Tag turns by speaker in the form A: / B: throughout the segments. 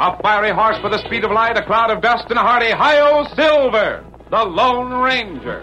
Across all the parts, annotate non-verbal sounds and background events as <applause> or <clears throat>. A: A fiery horse with the speed of light, a cloud of dust, and a hearty Hi-O Silver, the Lone Ranger.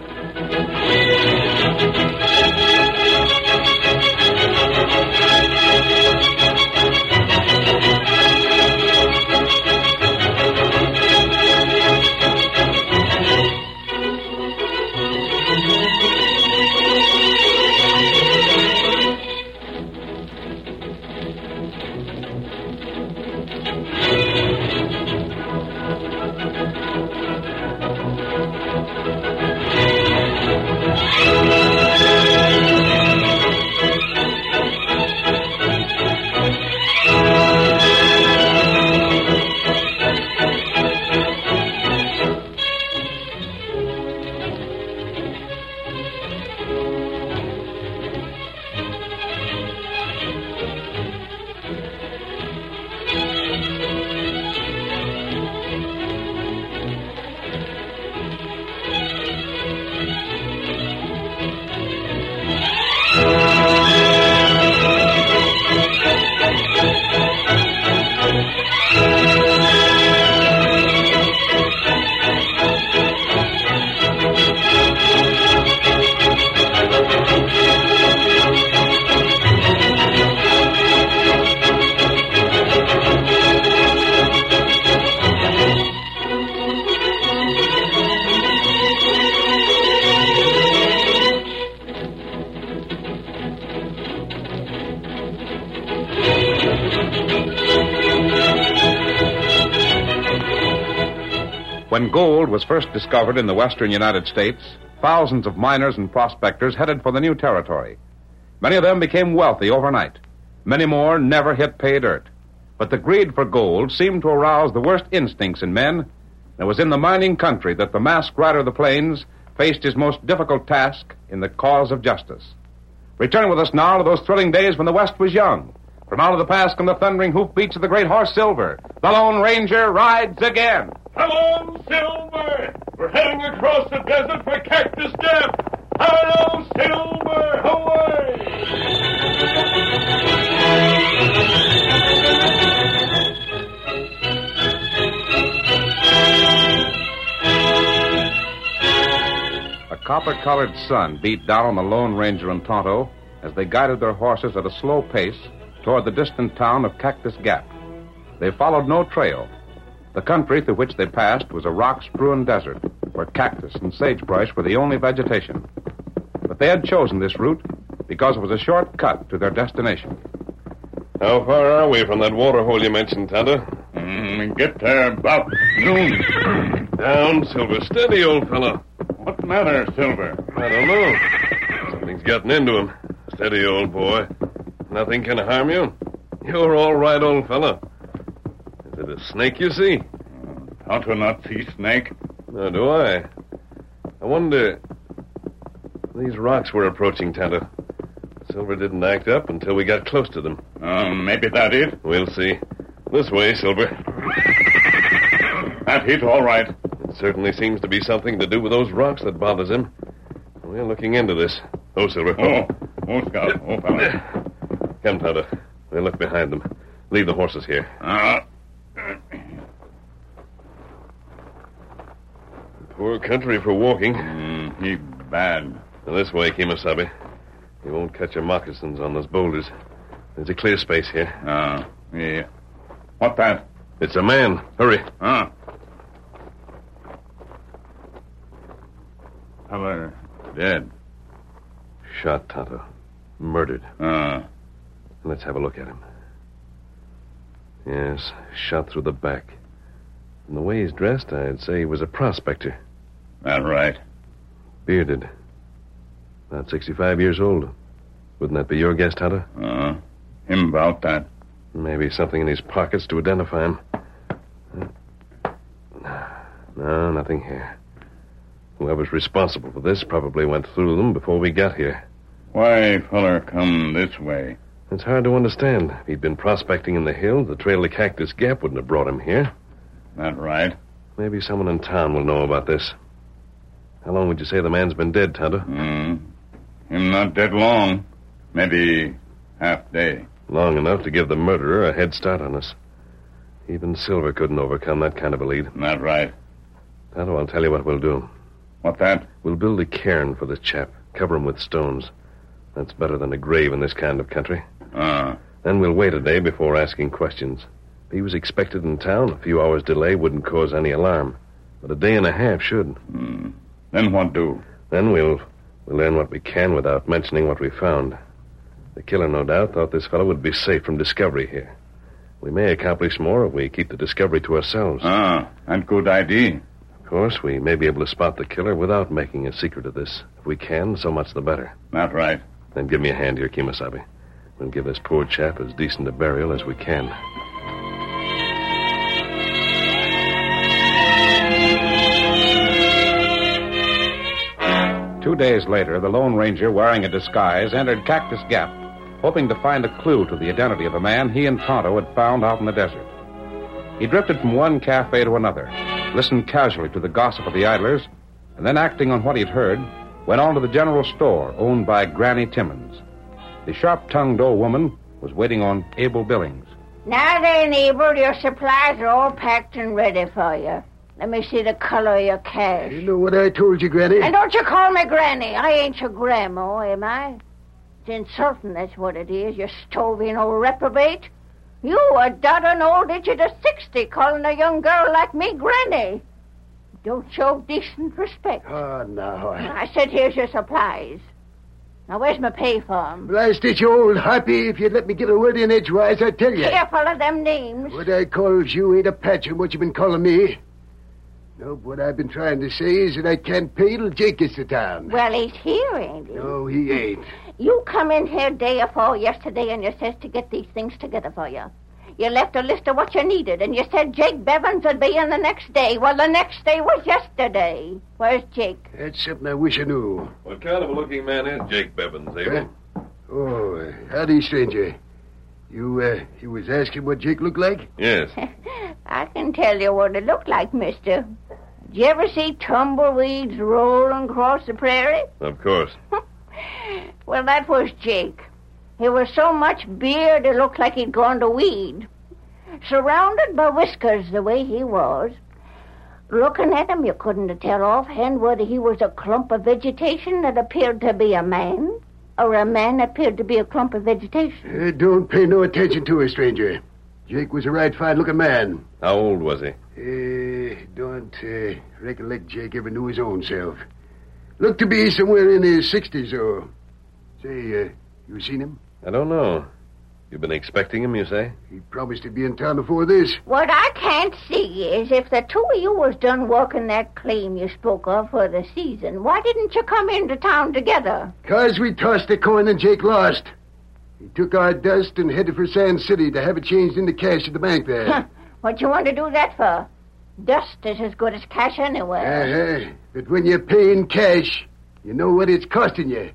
A: When gold was first discovered in the western United States, thousands of miners and prospectors headed for the new territory. Many of them became wealthy overnight. Many more never hit pay dirt. But the greed for gold seemed to arouse the worst instincts in men. and It was in the mining country that the masked rider of the plains faced his most difficult task in the cause of justice. Return with us now to those thrilling days when the West was young. From out of the past come the thundering hoofbeats of the great horse Silver. The Lone Ranger rides again.
B: Come on, Silver! We're heading across the desert for Cactus Gap! Hello, Silver! Away!
A: A copper colored sun beat down on the Lone Ranger and Tonto as they guided their horses at a slow pace toward the distant town of Cactus Gap. They followed no trail. The country through which they passed was a rock strewn desert where cactus and sagebrush were the only vegetation. But they had chosen this route because it was a short cut to their destination.
B: How far are we from that water hole you mentioned, Tonto? Mm, get there about noon. Down, Silver. Steady, old fellow. What matter, Silver? I don't know. Something's gotten into him. Steady, old boy. Nothing can harm you. You're all right, old fellow. Is it a snake you see?
C: How to not see snake?
B: Nor do I. I wonder. These rocks were approaching, Tonto. Silver didn't act up until we got close to them.
C: Uh, maybe that it.
B: We'll see. This way, Silver.
C: That it all right.
B: It certainly seems to be something to do with those rocks that bothers him. We're looking into this. Oh, Silver.
C: Oh, oh, Scout. Oh, fella.
B: Come, Tonto. We'll look behind them. Leave the horses here.
C: Uh,
B: Poor country for walking.
C: mm, he bad.
B: Now, this way, Kemosabe. You won't cut your moccasins on those boulders. There's a clear space here.
C: Uh, yeah. What that?
B: It's a man. Hurry.
C: Uh. Fella dead.
B: Shot, Tonto. Murdered.
C: Uh,
B: Let's have a look at him. Yes, shot through the back. And the way he's dressed, I'd say he was a prospector.
C: that right.
B: Bearded. About 65 years old. Wouldn't that be your guess, Tonto?
C: Uh, him about that.
B: Maybe something in his pockets to identify him. No, nothing here. Whoever's responsible for this probably went through them before we got here.
C: Why feller come this way?
B: It's hard to understand. If he'd been prospecting in the hills, the trail to Cactus Gap wouldn't have brought him here.
C: That right?
B: Maybe someone in town will know about this. How long would you say the man's been dead, Tonto?
C: Hmm. Him not dead long. Maybe half day.
B: Long enough to give the murderer a head start on us. Even Silver couldn't overcome that kind of a lead.
C: That right?
B: Tonto, I'll tell you what we'll do.
C: What that?
B: We'll build a cairn for this chap, cover him with stones. That's better than a grave in this kind of country.
C: Ah.
B: Then we'll wait a day before asking questions. If he was expected in town, a few hours' delay wouldn't cause any alarm. But a day and a half should.
C: Hmm. Then what do?
B: Then we'll we'll learn what we can without mentioning what we found. The killer, no doubt, thought this fellow would be safe from discovery here. We may accomplish more if we keep the discovery to ourselves.
C: Ah. That good idea.
B: Of course, we may be able to spot the killer without making a secret of this. If we can, so much the better.
C: That right.
B: Then give me a hand here, Kimasabi. We'll give this poor chap as decent a burial as we can.
A: Two days later, the Lone Ranger, wearing a disguise, entered Cactus Gap, hoping to find a clue to the identity of the man he and Tonto had found out in the desert. He drifted from one cafe to another, listened casually to the gossip of the idlers, and then, acting on what he'd heard, went on to the general store owned by Granny Timmons. The sharp tongued old woman was waiting on Abel Billings.
D: Now then, Abel, your supplies are all packed and ready for you. Let me see the color of your cash.
E: You know what I told you, Granny?
D: And don't you call me Granny. I ain't your grandma, am I? It's insulting, that's what it is. You stoving old reprobate. You a doddering old idiot of 60 calling a young girl like me Granny. Don't show decent respect.
E: Oh, now. I-
D: I
E: <laughs>
D: said, here's your supplies. Now, where's my pay form?
E: Blast it, you old harpy. If you'd let me get a word in edgewise, I tell you.
D: Careful of them names.
E: What I calls you ain't a patch on what you been calling me. Nope, what I've been trying to say is that I can't pay till Jake gets to town.
D: Well, he's here, ain't he?
E: No, he ain't.
D: You come in here day afore yesterday and you says to get these things together for you. You left a list of what you needed and you said Jake Bevins would be in the next day. Well, the next day was yesterday. Where's Jake? <laughs>
E: That's something I wish I knew.
B: What kind of a looking man is Jake Bevins, eh?
E: Abel? Huh? Oh, uh, howdy, stranger. You, uh, you was asking what Jake looked like?
B: Yes.
D: I can tell you what it looked like, mister. Did you ever see tumbleweeds rolling across the prairie?
B: Of course.
D: Well, that was Jake. He was so much beard it looked like he'd gone to weed. Surrounded by whiskers the way he was, looking at him, you couldn't tell offhand whether he was a clump of vegetation that appeared to be a man or a man that appeared to be a clump of vegetation.
E: Uh, don't pay no attention to her, stranger. Jake was a right fine-looking man.
B: How old was he?
E: Uh, don't uh, recollect Jake ever knew his own self. Looked to be somewhere in his 60s or. Say, uh, you seen him?
B: I don't know. You've been expecting him, you say?
E: He promised to be in town before this.
D: What I can't see is if the two of you was done working that claim you spoke of for the season, why didn't you come into town together?
E: Cause we tossed a coin and Jake lost. He took our dust and headed for Sand City to have it changed into cash at the bank there.
D: Huh. What you want to do that for? Dust is as good as cash anyway.
E: <laughs> Uh-huh. But when you pay in cash, you know what it's costing you.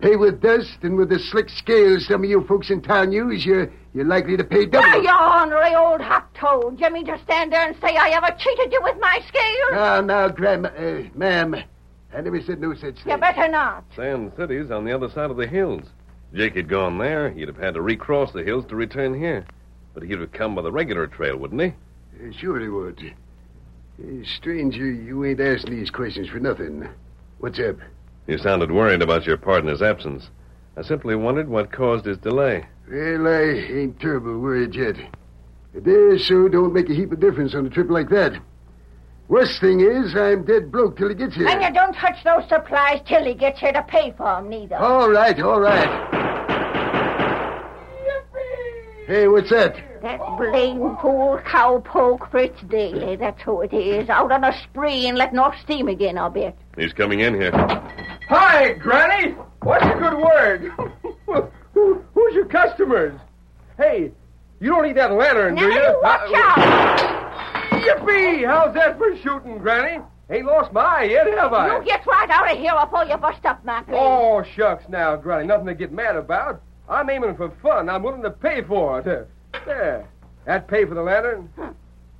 E: Pay with dust and with the slick scales some of you folks in town use, you're, you're likely to pay double.
D: Why, you ornery old hop toad. You mean to stand there and say I ever cheated you with my scales?
E: Now, now, Grandma, uh, ma'am, I never said no such thing.
D: You better not.
B: Sand City's on the other side of the hills. Jake had gone there. He'd have had to recross the hills to return here. But he'd have come by the regular trail, wouldn't he?
E: Uh, sure he would. Uh, stranger, you ain't asking these questions for nothing. What's up?
B: You sounded worried about your partner's absence. I simply wondered what caused his delay.
E: Well, I ain't terrible worried yet. A day or so don't make a heap of difference on a trip like that. Worst thing is, I'm dead broke till he gets here.
D: And you don't touch those supplies till he gets here to pay for 'em, neither.
E: All right, all right. Hey, what's that?
D: That blame fool cowpoke Fritz Daly, that's who it is. Out on a spree and letting off steam again, I'll bet.
B: He's coming in here.
F: Hi, Granny. What's a good word? Who, who's your customers? Hey, you don't need that lantern,
D: Now
F: do you?
D: you watch
F: Uh,
D: out!
A: Yippee! How's that for shooting, Granny? Ain't lost my eye yet, have I?
D: You get right out of here before you bust up my place.
A: Oh, shucks now, Granny. Nothing to get mad about. I'm aiming for fun. I'm willing to pay for it. Uh, There. That pay for the lantern?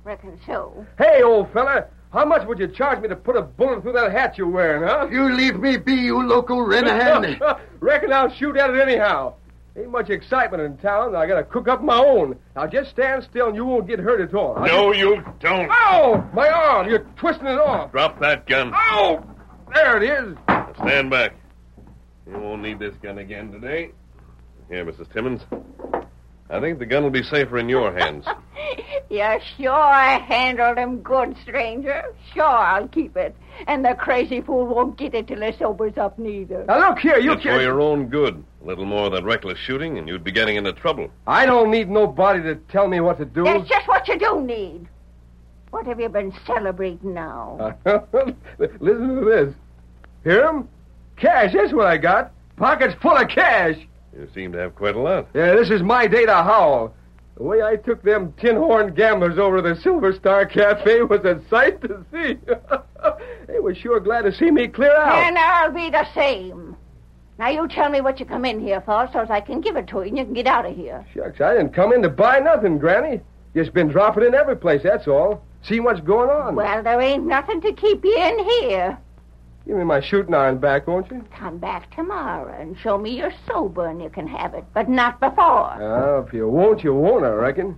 D: Reckon so.
A: Hey, old fella, how much would you charge me to put a bullet through that hat you're wearing, huh?
E: You leave me be, you local Renahan.
A: <laughs> Reckon I'll shoot at it anyhow. Ain't much excitement in town. and I gotta cook up my own. Now just stand still and you won't get hurt at all.
B: No, you don't.
A: Ow! My arm! You're twisting it off.
B: Drop that gun.
A: Ow! There it is.
B: Stand back. You won't need this gun again today. Here, Mrs. Timmons. I think the gun will be safer in your hands.
D: You sure handled him good, stranger. Sure, I'll keep it. And the crazy fool won't get it till he sobers up, neither.
A: Now look here, <laughs> you
B: it's
A: can't.
B: for your own good. A little more of that reckless shooting, and you'd be getting into trouble.
A: I don't need nobody to tell me what to do. <laughs>
D: That's just what you do need. What have you been celebrating now?
A: Listen to this. Hear 'em? Cash, that's what I got. Pockets full of cash.
B: You seem to have quite a lot.
A: Yeah, this is my day to howl. The way I took them tin horn gamblers over to the Silver Star Cafe <laughs> was a sight to see. <laughs> they were sure glad to see me clear out.
D: and I'll be the same. Now you tell me what you come in here for, so as I can give it to you and you can get out of here.
A: Shucks, I didn't come in to buy nothing, Granny. Just been dropping in every place, that's all. See what's going on.
D: Well, there ain't nothing to keep you in here.
A: Give me my shooting iron back, won't you?
D: Come back tomorrow and show me you're sober and you can have it, but not before.
A: Oh, if you won't, you won't, I reckon.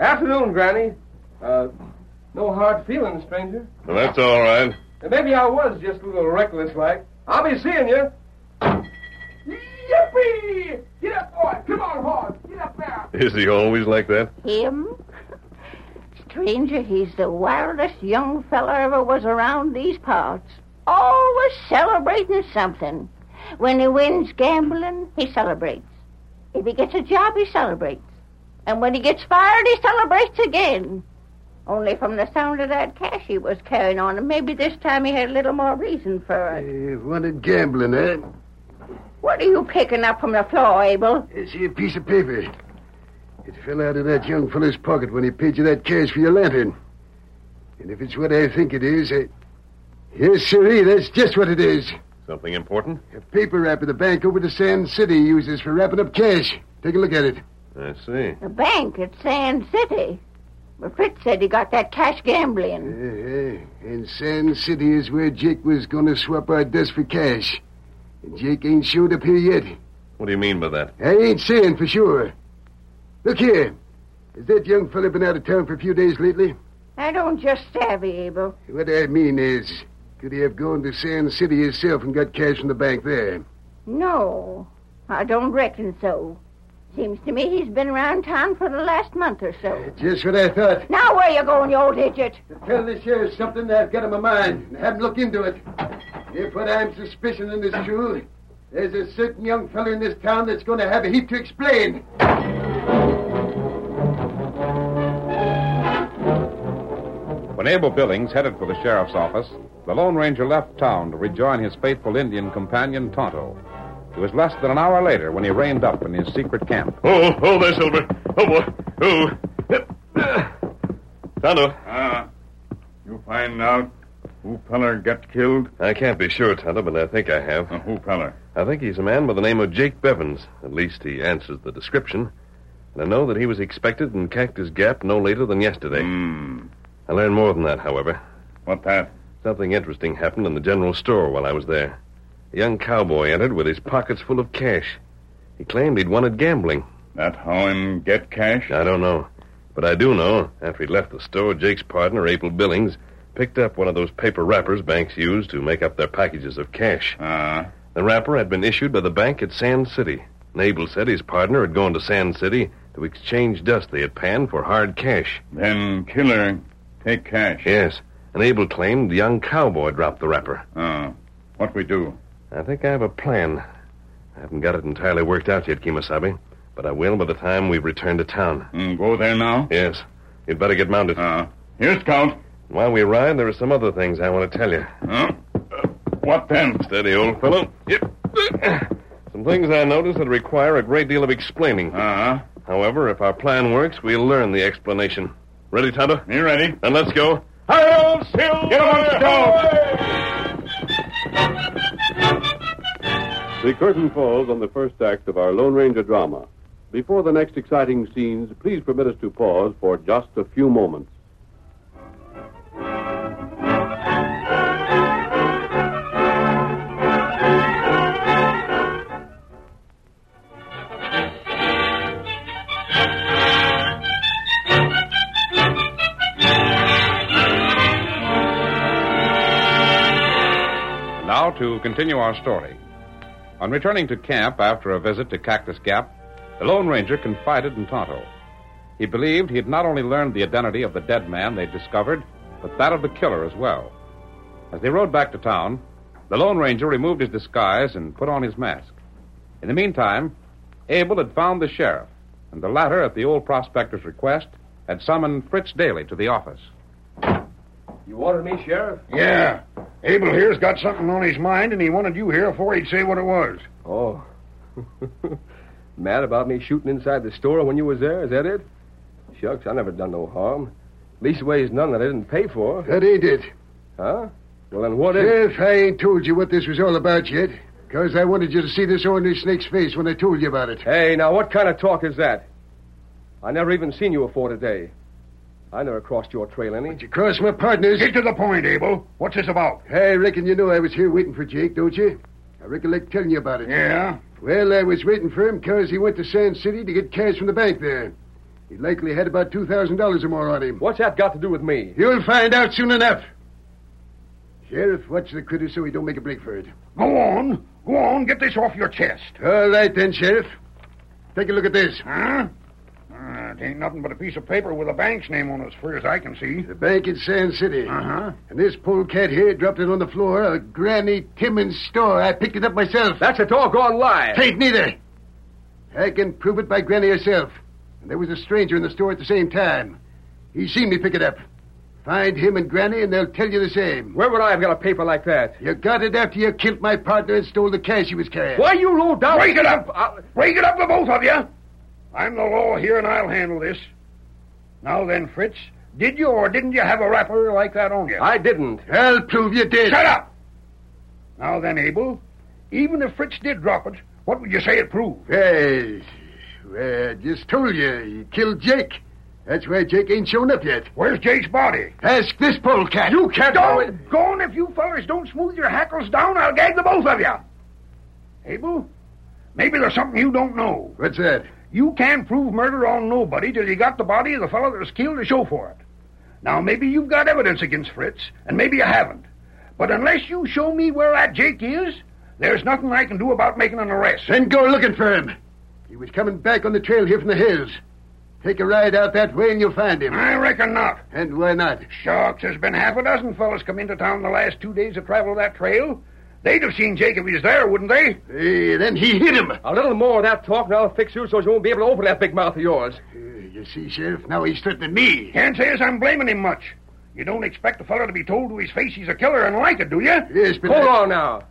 A: Afternoon, Granny. Uh, no hard feelings, stranger.
B: Well, that's all right.
A: And maybe I was just a little reckless like. I'll be seeing you. Yippee! Get up, boy. Come on, horse. Get up there.
B: Is he always like that?
D: Him? Stranger, he's the wildest young feller ever was around these parts. Always celebrating something. When he wins gambling, he celebrates. If he gets a job, he celebrates. And when he gets fired, he celebrates again. Only from the sound of that cash he was carrying on him, maybe this time he had a little more reason for it.
E: Eh, wanted gambling, eh?
D: What are you picking up from the floor, Abel?
E: Eh, See a piece of paper. It fell out of that young fellow's pocket when he paid you that cash for your lantern. And if it's what I think it is, I... yes, sirree, that's just what it is.
B: Something important?
E: A paper wrapper the bank over to Sand City uses for wrapping up cash. Take a look at it.
B: I see.
D: The bank at Sand City. But Fritz said he got that cash gambling.
E: Uh-huh. And Sand City is where Jake was going to swap our dust for cash. And Jake ain't showed up here yet.
B: What do you mean by that?
E: I ain't saying for sure. Look here. Has that young fella been out of town for a few days lately?
D: I don't just savvy, Abel.
E: What I mean is, could he have gone to Sand City himself and got cash from the bank there?
D: No, I don't reckon so. Seems to me he's been around town for the last month or so.
E: Just what I thought.
D: Now where you going, you old idiot?
E: Tell the sheriff something I've got in my mind and have him look into it. If what I'm suspicioning is true, there's a certain young fella in this town that's going to have a heap to explain.
G: When Abel Billings headed for the sheriff's office, the Lone Ranger left town to rejoin his faithful Indian companion, Tonto. It was less than an hour later when he reined up in his secret camp.
B: Oh, oh, there, Silver. Oh, boy. Oh. <sighs> Tonto.
C: Ah, you find out who feller got killed?
B: I can't be sure, Tonto, but I think I have.
C: Uh, who feller?
B: I think he's a man by the name of Jake Bevins. At least he answers the description. And I know that he was expected in Cactus Gap no later than yesterday.
C: Hmm.
B: I learned more than that, however.
C: What that?
B: Something interesting happened in the general store while I was there. A young cowboy entered with his pockets full of cash. He claimed he'd won at gambling.
C: That how him get cash?
B: I don't know. But I do know, after he left the store, Jake's partner, April Billings, picked up one of those paper wrappers banks use to make up their packages of cash.
C: Ah,
B: The wrapper had been issued by the bank at Sand City. And Abel said his partner had gone to Sand City to exchange dust they had panned for hard cash.
C: then killer take cash.
B: Yes. And Abel claimed the young cowboy dropped the wrapper.
C: Ah, what we do?
B: I think I have a plan. I haven't got it entirely worked out yet, Kimasabi. But I will by the time we return to town.
C: Hmm, go there now?
B: Yes. You'd better get mounted.
C: Ah, here, Scout.
B: While we ride, there are some other things I want to tell you. <coughs>
C: Huh? Uh, what then?
B: Steady, old fellow. Yep. Some things I noticed that require a great deal of explaining.
C: Ah,
B: However, if our plan works, we'll learn the explanation. Ready, Tonto?
C: You ready?
B: And let's go.
C: Hi, old Silver! Get him on the stove!
B: The curtain falls on the first act of our Lone Ranger drama. Before the next exciting scenes, please permit us to pause for just a few moments.
A: Now to continue our story. On returning to camp after a visit to Cactus Gap, the Lone Ranger confided in Tonto. He believed he had not only learned the identity of the dead man they discovered, but that of the killer as well. As they rode back to town, the Lone Ranger removed his disguise and put on his mask. In the meantime, Abel had found the sheriff, and the latter, at the old prospector's request, had summoned Fritz Daly to the office.
F: You wanted me, Sheriff?
E: Yeah. Abel here's got something on his mind, and he wanted you here before he'd say what it was.
F: Oh. <laughs> Mad about me shooting inside the store when you was there? Is that it? Shucks, I never done no harm. Leastways, none that I didn't pay for.
E: That ain't it.
F: Huh? Well, then what is
E: Sheriff, I ain't told you what this was all about yet, because I wanted you to see this ornery snake's face when I told you about it.
F: Hey, now what kind of talk is that? I never even seen you afore today. I never crossed your trail any.
E: You crossed my partners.
C: Get to the point, Abel. What's this about?
E: I reckon you know I was here waiting for Jake, don't you? I recollect telling you about it.
C: Yeah?
E: Well, I was waiting for him because he went to Sand City to get cash from the bank there. He likely had about $2,000 or more on him.
F: What's that got to do with me?
E: You'll find out soon enough. Sheriff, watch the critter so he don't make a break for it.
C: Go on. Go on. Get this off your chest.
E: All right then, Sheriff. Take a look at this.
C: Huh? Uh, it ain't nothing but a piece of paper with a bank's name on it, as far as I can see.
E: The bank in Sand City.
C: huh.
E: And this polecat here dropped it on the floor of Granny Timmins' store. I picked it up myself.
F: That's a doggone lie.
E: Taint neither. I can prove it by Granny herself. And there was a stranger in the store at the same time. He seen me pick it up. Find him and Granny, and they'll tell you the same.
F: Where would I have got a paper like that?
E: You got it after you killed my partner and stole the cash he was carrying.
F: Why, you low down.
C: Break it up!
F: I-
C: Break it up, the both of you! I'm the law here, and I'll handle this. Now then, Fritz, did you or didn't you have a wrapper like that on you?
F: I didn't.
E: I'll prove you did.
C: Shut up! Now then, Abel, even if Fritz did drop it, what would you say it proved?
E: Hey, well, I just told you, you killed Jake. That's why Jake ain't shown up yet.
C: Where's Jake's body?
E: Ask this polecat. You can't.
C: Don't go on if you fellers don't smooth your hackles down, I'll gag the both of you. Abel, maybe there's something you don't know.
E: What's that?
C: You can't prove murder on nobody till you got the body of the fellow that was killed to show for it. Now, maybe you've got evidence against Fritz, and maybe you haven't. But unless you show me where that Jake is, there's nothing I can do about making an arrest.
E: Then go looking for him. He was coming back on the trail here from the hills. Take a ride out that way and you'll find him.
C: I reckon not.
E: And why not?
C: Shucks, there's been half a dozen fellas come into town the last two days to travel that trail. They'd have seen Jake if he was there, wouldn't they?
E: Hey, Eh, then he hit him.
F: A little more of that talk, and I'll fix you so you won't be able to open that big mouth of yours.
E: you see, Sheriff, now he's threatening me.
C: Can't say as I'm blaming him much. You don't expect a feller to be told to his face he's a killer and like it, do you?
E: Yes, but.
F: Hold on now.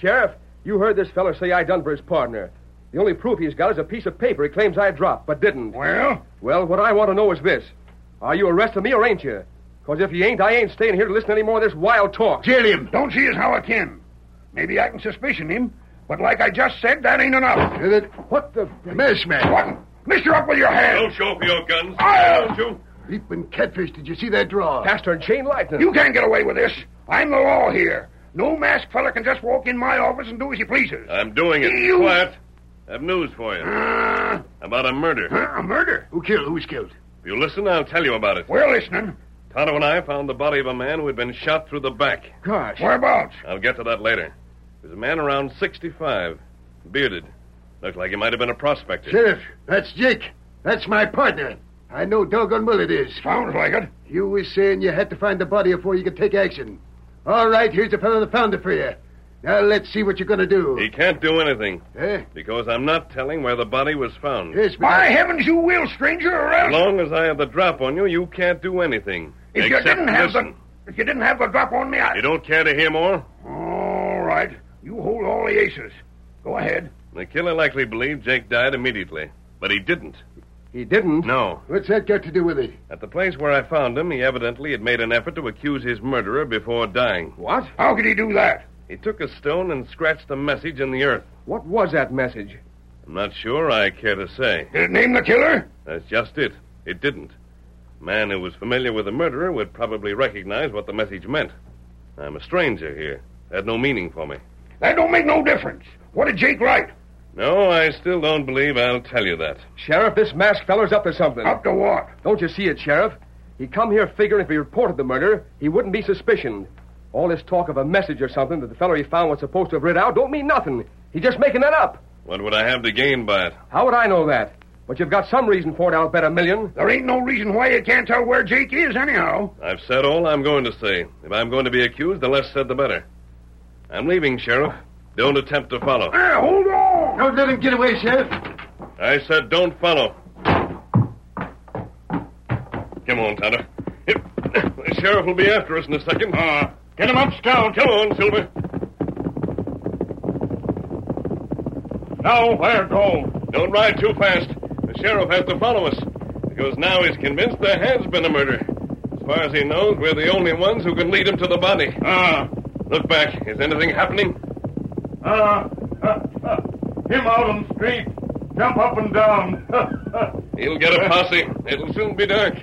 F: Sheriff, you heard this feller say I done for his partner. The only proof he's got is a piece of paper he claims I dropped, but didn't.
C: Well,
F: Well, what I want to know is this. Are you arresting me or ain't you? Because if you ain't, I ain't staying here to listen to any more of this wild talk.
E: Kill him.
C: don't see as how I can. Maybe I can suspicion him, but like I just said, that ain't enough.
E: Uh, that-
F: What the...
E: Mess, man.
C: What? Mister, up with your
B: Don't
C: hands!
B: show for your guns.
C: I'll-
B: Don't you?
E: Leaping catfish, did you see that draw?
F: Faster and chain lightning.
C: You can't get away with this. I'm the law here. No masked feller can just walk in my office and do as he pleases.
B: I'm doing it.
C: You-
B: Quiet. I've news for
C: <clears throat>
B: you.
C: Uh,
B: About a murder.
C: huh, a murder?
E: Who killed? Who's killed?
B: If you listen, I'll tell you about it.
C: We're listening.
B: Tonto and I found the body of a man who had been shot through the back.
F: Gosh.
C: Whereabouts?
B: I'll get to that later. He was a man around 65, bearded. Looked like he might have been a prospector.
E: Sheriff, that's Jake. That's my partner. I know doggone well it is.
C: Sounds like it.
E: You was saying you had to find the body before you could take action. All right, here's the fellow that found it for you. Now let's see what you're going to do.
B: He can't do anything
E: Eh?
B: because I'm not telling where the body was found.
E: Yes, but
C: By heavens, you will, stranger, or
B: As
C: else.
B: long as I have the drop on you, you can't do anything.
C: If you
B: Except
C: didn't have
B: listen.
C: the if you didn't have the drop on me, I
B: You don't care to hear more?
C: All right. You hold all the aces. Go ahead.
B: The killer likely believed Jake died immediately, but he didn't.
F: He didn't.
B: No.
E: What's that got to do with it?
B: At the place where I found him, he evidently had made an effort to accuse his murderer before dying.
F: What?
C: How could he do that?
B: He took a stone and scratched a message in the earth.
F: What was that message?
B: I'm not sure I care to say.
C: Did it name the killer?
B: That's just it. It didn't. A man who was familiar with the murderer would probably recognize what the message meant. I'm a stranger here. It had no meaning for me.
C: That don't make no difference. What did Jake write?
B: No, I still don't believe I'll tell you that.
F: Sheriff, this masked feller's up to something.
C: Up to what?
F: Don't you see it, Sheriff? He come here figuring if he reported the murder, he wouldn't be suspicioned. All this talk of a message or something that the feller he found was supposed to have read out don't mean nothing. He's just making that up.
B: What would I have to gain by it?
F: How would I know that? But you've got some reason for it, I'll bet a million.
C: There ain't no reason why you can't tell where Jake is, anyhow.
B: I've said all I'm going to say. If I'm going to be accused, the less said the better. I'm leaving, Sheriff. Don't attempt to follow.
C: Ah, hold on!
E: Don't let him get away, Sheriff.
B: I said don't follow. Come on, Tonto. Yep. The sheriff will be after us in a second. Uh, get him up, Scout. Come on, Silver. Now, where go? Don't ride too fast. The sheriff has to follow us because now he's convinced there has been a murder. As far as he knows, we're the only ones who can lead him to the body. Ah, look back. Is anything happening?
H: Uh, uh, uh, him out on the street. Jump up and down. <laughs>
B: He'll get a posse. It'll soon be dark.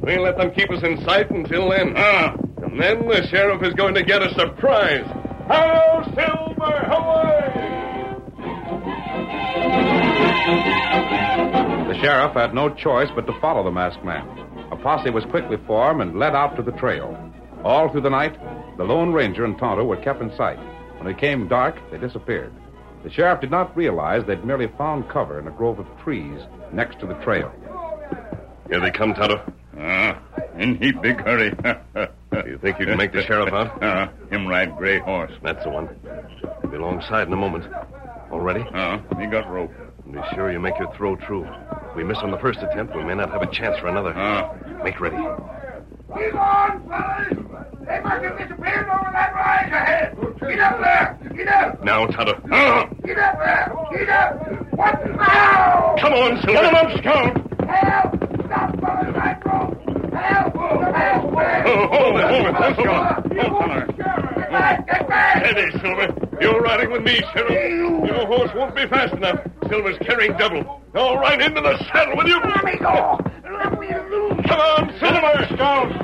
B: We'll let them keep us in sight until then.
H: Ah.
B: And then the sheriff is going to get a surprise. How, Silver? Away!
A: The sheriff had no choice but to follow the masked man. A posse was quickly formed and led out to the trail. All through the night, the Lone Ranger and Tonto were kept in sight. When it came dark, they disappeared. The sheriff did not realize they'd merely found cover in a grove of trees next to the trail.
B: Here they come, Tonto.
H: Ah, in he big
A: <laughs>
H: hurry. you
B: think you can make the
H: <laughs>
B: sheriff out?
H: Uh, him ride gray horse.
B: That's the one. He'll be alongside in a moment. Already?
H: Uh, he got rope.
B: Be sure you make your throw true. If we miss on the first attempt, we may not have a chance for another.
H: Ah.
B: Make ready.
C: He's on, fellas! They must have disappeared over that rise ahead! Get up there! Get up!
B: Now, Tonto. Ah.
C: Get up there! Get up! What now?
B: Come on, Silver. Get him up, Scout.
C: Help! Stop, fellas! I broke! Help! Help!
B: Oh, hold it, hold it.
C: Let's go.
B: Hold it.
C: Get back! Get back!
B: Steady, Silver. You're riding with me, Sheriff. Your horse won't be fast enough. Silver's carrying double. All right, into the saddle with you.
C: Let me go! Let me loose!
B: Come on, Silver. Scout.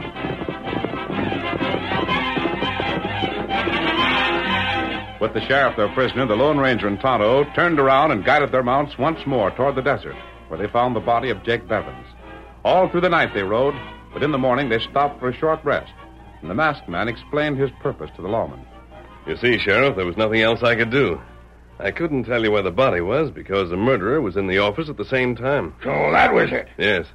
A: With the sheriff their prisoner, the Lone Ranger and Tonto turned around and guided their mounts once more toward the desert, where they found the body of Jake Bevins. All through the night they rode, but in the morning they stopped for a short rest, and the masked man explained his purpose to the lawman.
B: You see, Sheriff, there was nothing else I could do. I couldn't tell you where the body was because the murderer was in the office at the same time.
C: So that was it.
B: Yes.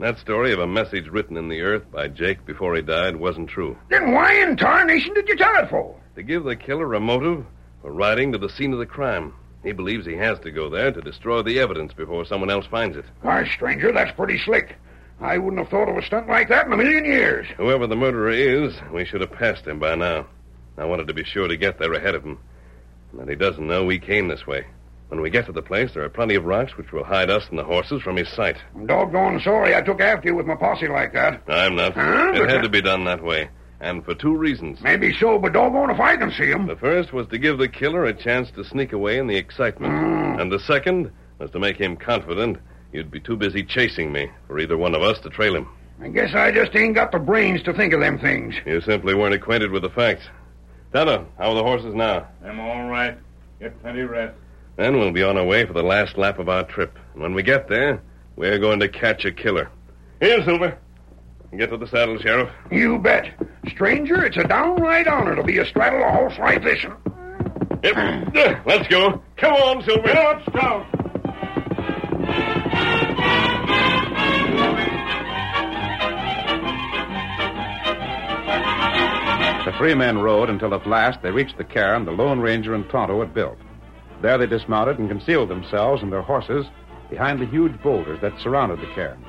B: That story of a message written in the earth by Jake before he died wasn't true.
C: Then why in tarnation did you tell it for?
B: To give the killer a motive for riding to the scene of the crime. He believes he has to go there to destroy the evidence before someone else finds it.
C: Gosh, stranger, that's pretty slick. I wouldn't have thought of a stunt like that in a million years.
B: Whoever the murderer is, we should have passed him by now. I wanted to be sure to get there ahead of him. And that he doesn't know we came this way. When we get to the place, there are plenty of rocks which will hide us and the horses from his sight.
C: I'm doggone sorry I took after you with my posse like that.
B: I'm not.
C: Huh?
B: It had to be done that way. And for two reasons.
C: Maybe so, but doggone if I can see him.
B: The first was to give the killer a chance to sneak away in the excitement. And the second was to make him confident you'd be too busy chasing me for either one of us to trail him.
C: I guess I just ain't got the brains to think of them things.
B: You simply weren't acquainted with the facts. Tonto, how are the horses now?
H: Them all right. Get plenty rest.
B: Then we'll be on our way for the last lap of our trip. And when we get there, we're going to catch a killer. Here, Silver. Get to the saddle, Sheriff.
C: You bet. Stranger, it's a downright honor to be astraddle a horse like this.
B: Yep.
C: <clears throat>
B: Uh, Let's go. Come on, Silver.
A: The three men rode until at last they reached the cairn the Lone Ranger and Tonto had built. There they dismounted and concealed themselves and their horses behind the huge boulders that surrounded the cairn.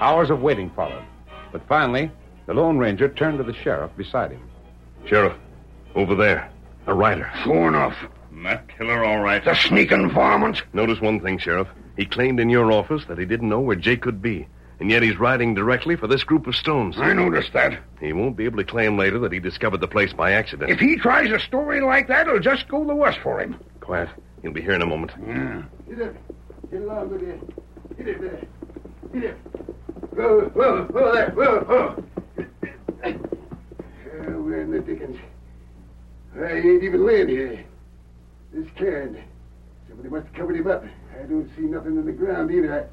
A: Hours of waiting followed, but finally the Lone Ranger turned to the sheriff beside him.
B: Sheriff, over there. A rider.
C: Sure enough.
B: Matt Killer, all right.
C: The sneaking varmints.
I: Notice one thing, Sheriff. He claimed in your office that he didn't know where Jake could be, and yet he's riding directly for this group of stones.
C: I noticed that.
I: He won't be able to claim later that he discovered the place by accident.
C: If he tries a story like that, it'll just go the worse for him. Mm.
I: Quiet. He'll be here in a moment.
C: Yeah.
E: Get up. Get along with you. Get up there. Get up. Whoa, whoa, whoa there. Whoa, whoa. Uh, where in the dickens? I ain't even laying here. This can. Somebody must have covered him up. I don't see nothing in the ground either.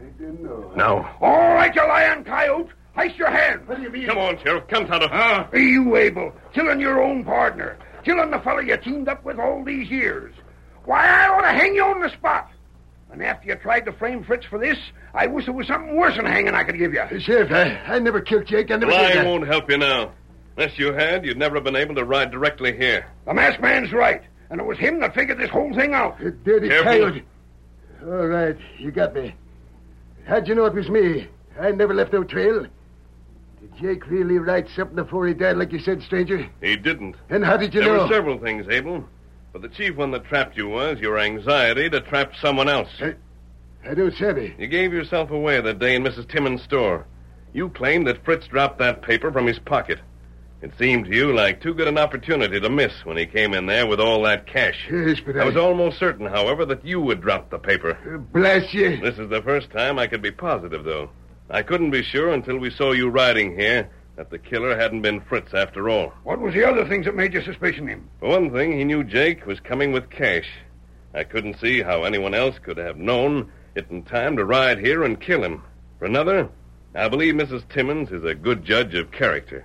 E: I, I don't know.
I: Now,
C: All right, you lion coyote. Heist your hand. What do you mean?
B: Come on, Sheriff. Come, Tonto.
C: Are you able? Killing your own partner. Killing the fellow you teamed up with all these years. Why, I ought to hang you on the spot. And after you tried to frame Fritz for this, I wish there was something worse than hanging I could give you.
E: Sheriff, I, I never killed Jake. I never did
B: Lie
E: that.
B: won't help you now. Unless you had, you'd never have been able to ride directly here.
C: The masked man's right. And it was him that figured this whole thing out.
E: A dirty
B: Careful.
E: coyote. All right, you got me. How'd you know it was me? I never left no trail. Did Jake really write something before he died, like you said, stranger?
B: He didn't.
E: And how did you
B: there
E: know?
B: were several things, Abel. But the chief one that trapped you was your anxiety to trap someone else.
E: I don't savvy.
B: You gave yourself away that day in Mrs. Timmins' store. You claimed that Fritz dropped that paper from his pocket. It seemed to you like too good an opportunity to miss when he came in there with all that cash.
E: Yes, but I,
B: I was almost certain, however, that you would drop the paper. <laughs>
E: Uh, Blast you.
B: This is the first time I could be positive, though. I couldn't be sure until we saw you riding here that the killer hadn't been Fritz after all.
C: What was the other things that made you suspicion him?
B: For one thing, he knew Jake was coming with cash. I couldn't see how anyone else could have known it in time to ride here and kill him. For another, I believe Mrs. Timmons is a good judge of character.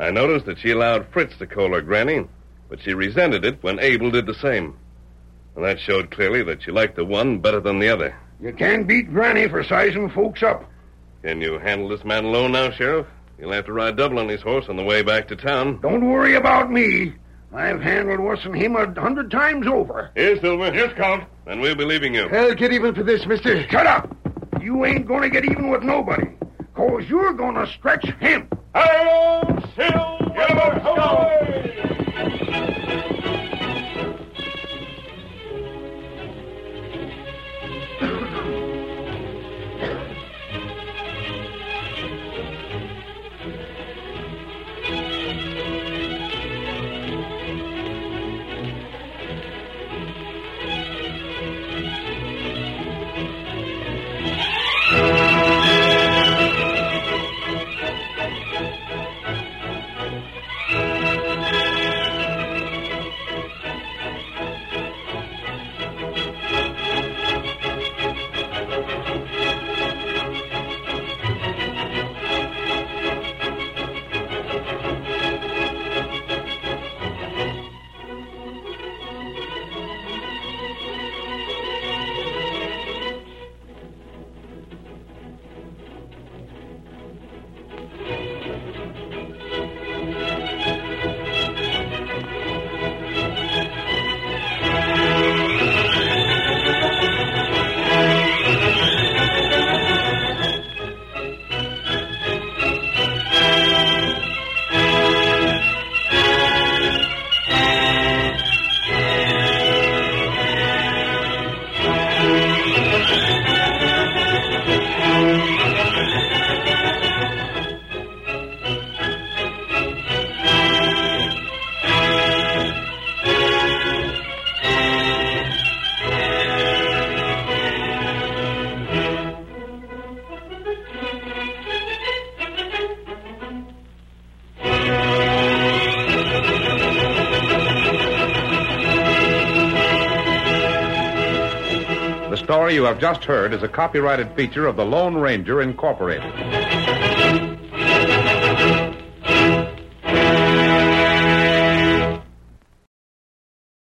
B: I noticed that she allowed Fritz to call her Granny, but she resented it when Abel did the same. And that showed clearly that she liked the one better than the other.
C: You can't beat Granny for sizing folks up.
B: Can you handle this man alone now, Sheriff? You'll have to ride double on his horse on the way back to town.
C: Don't worry about me. I've handled worse than him a hundred times over.
B: Here, Silver. Here's Count. Then we'll be leaving you.
E: I'll get even for this, mister.
C: Shut up! You ain't gonna get even with nobody. Cause you're gonna stretch him.
B: Hail, Silver!
A: The story you have just heard is a copyrighted feature of the Lone Ranger Incorporated.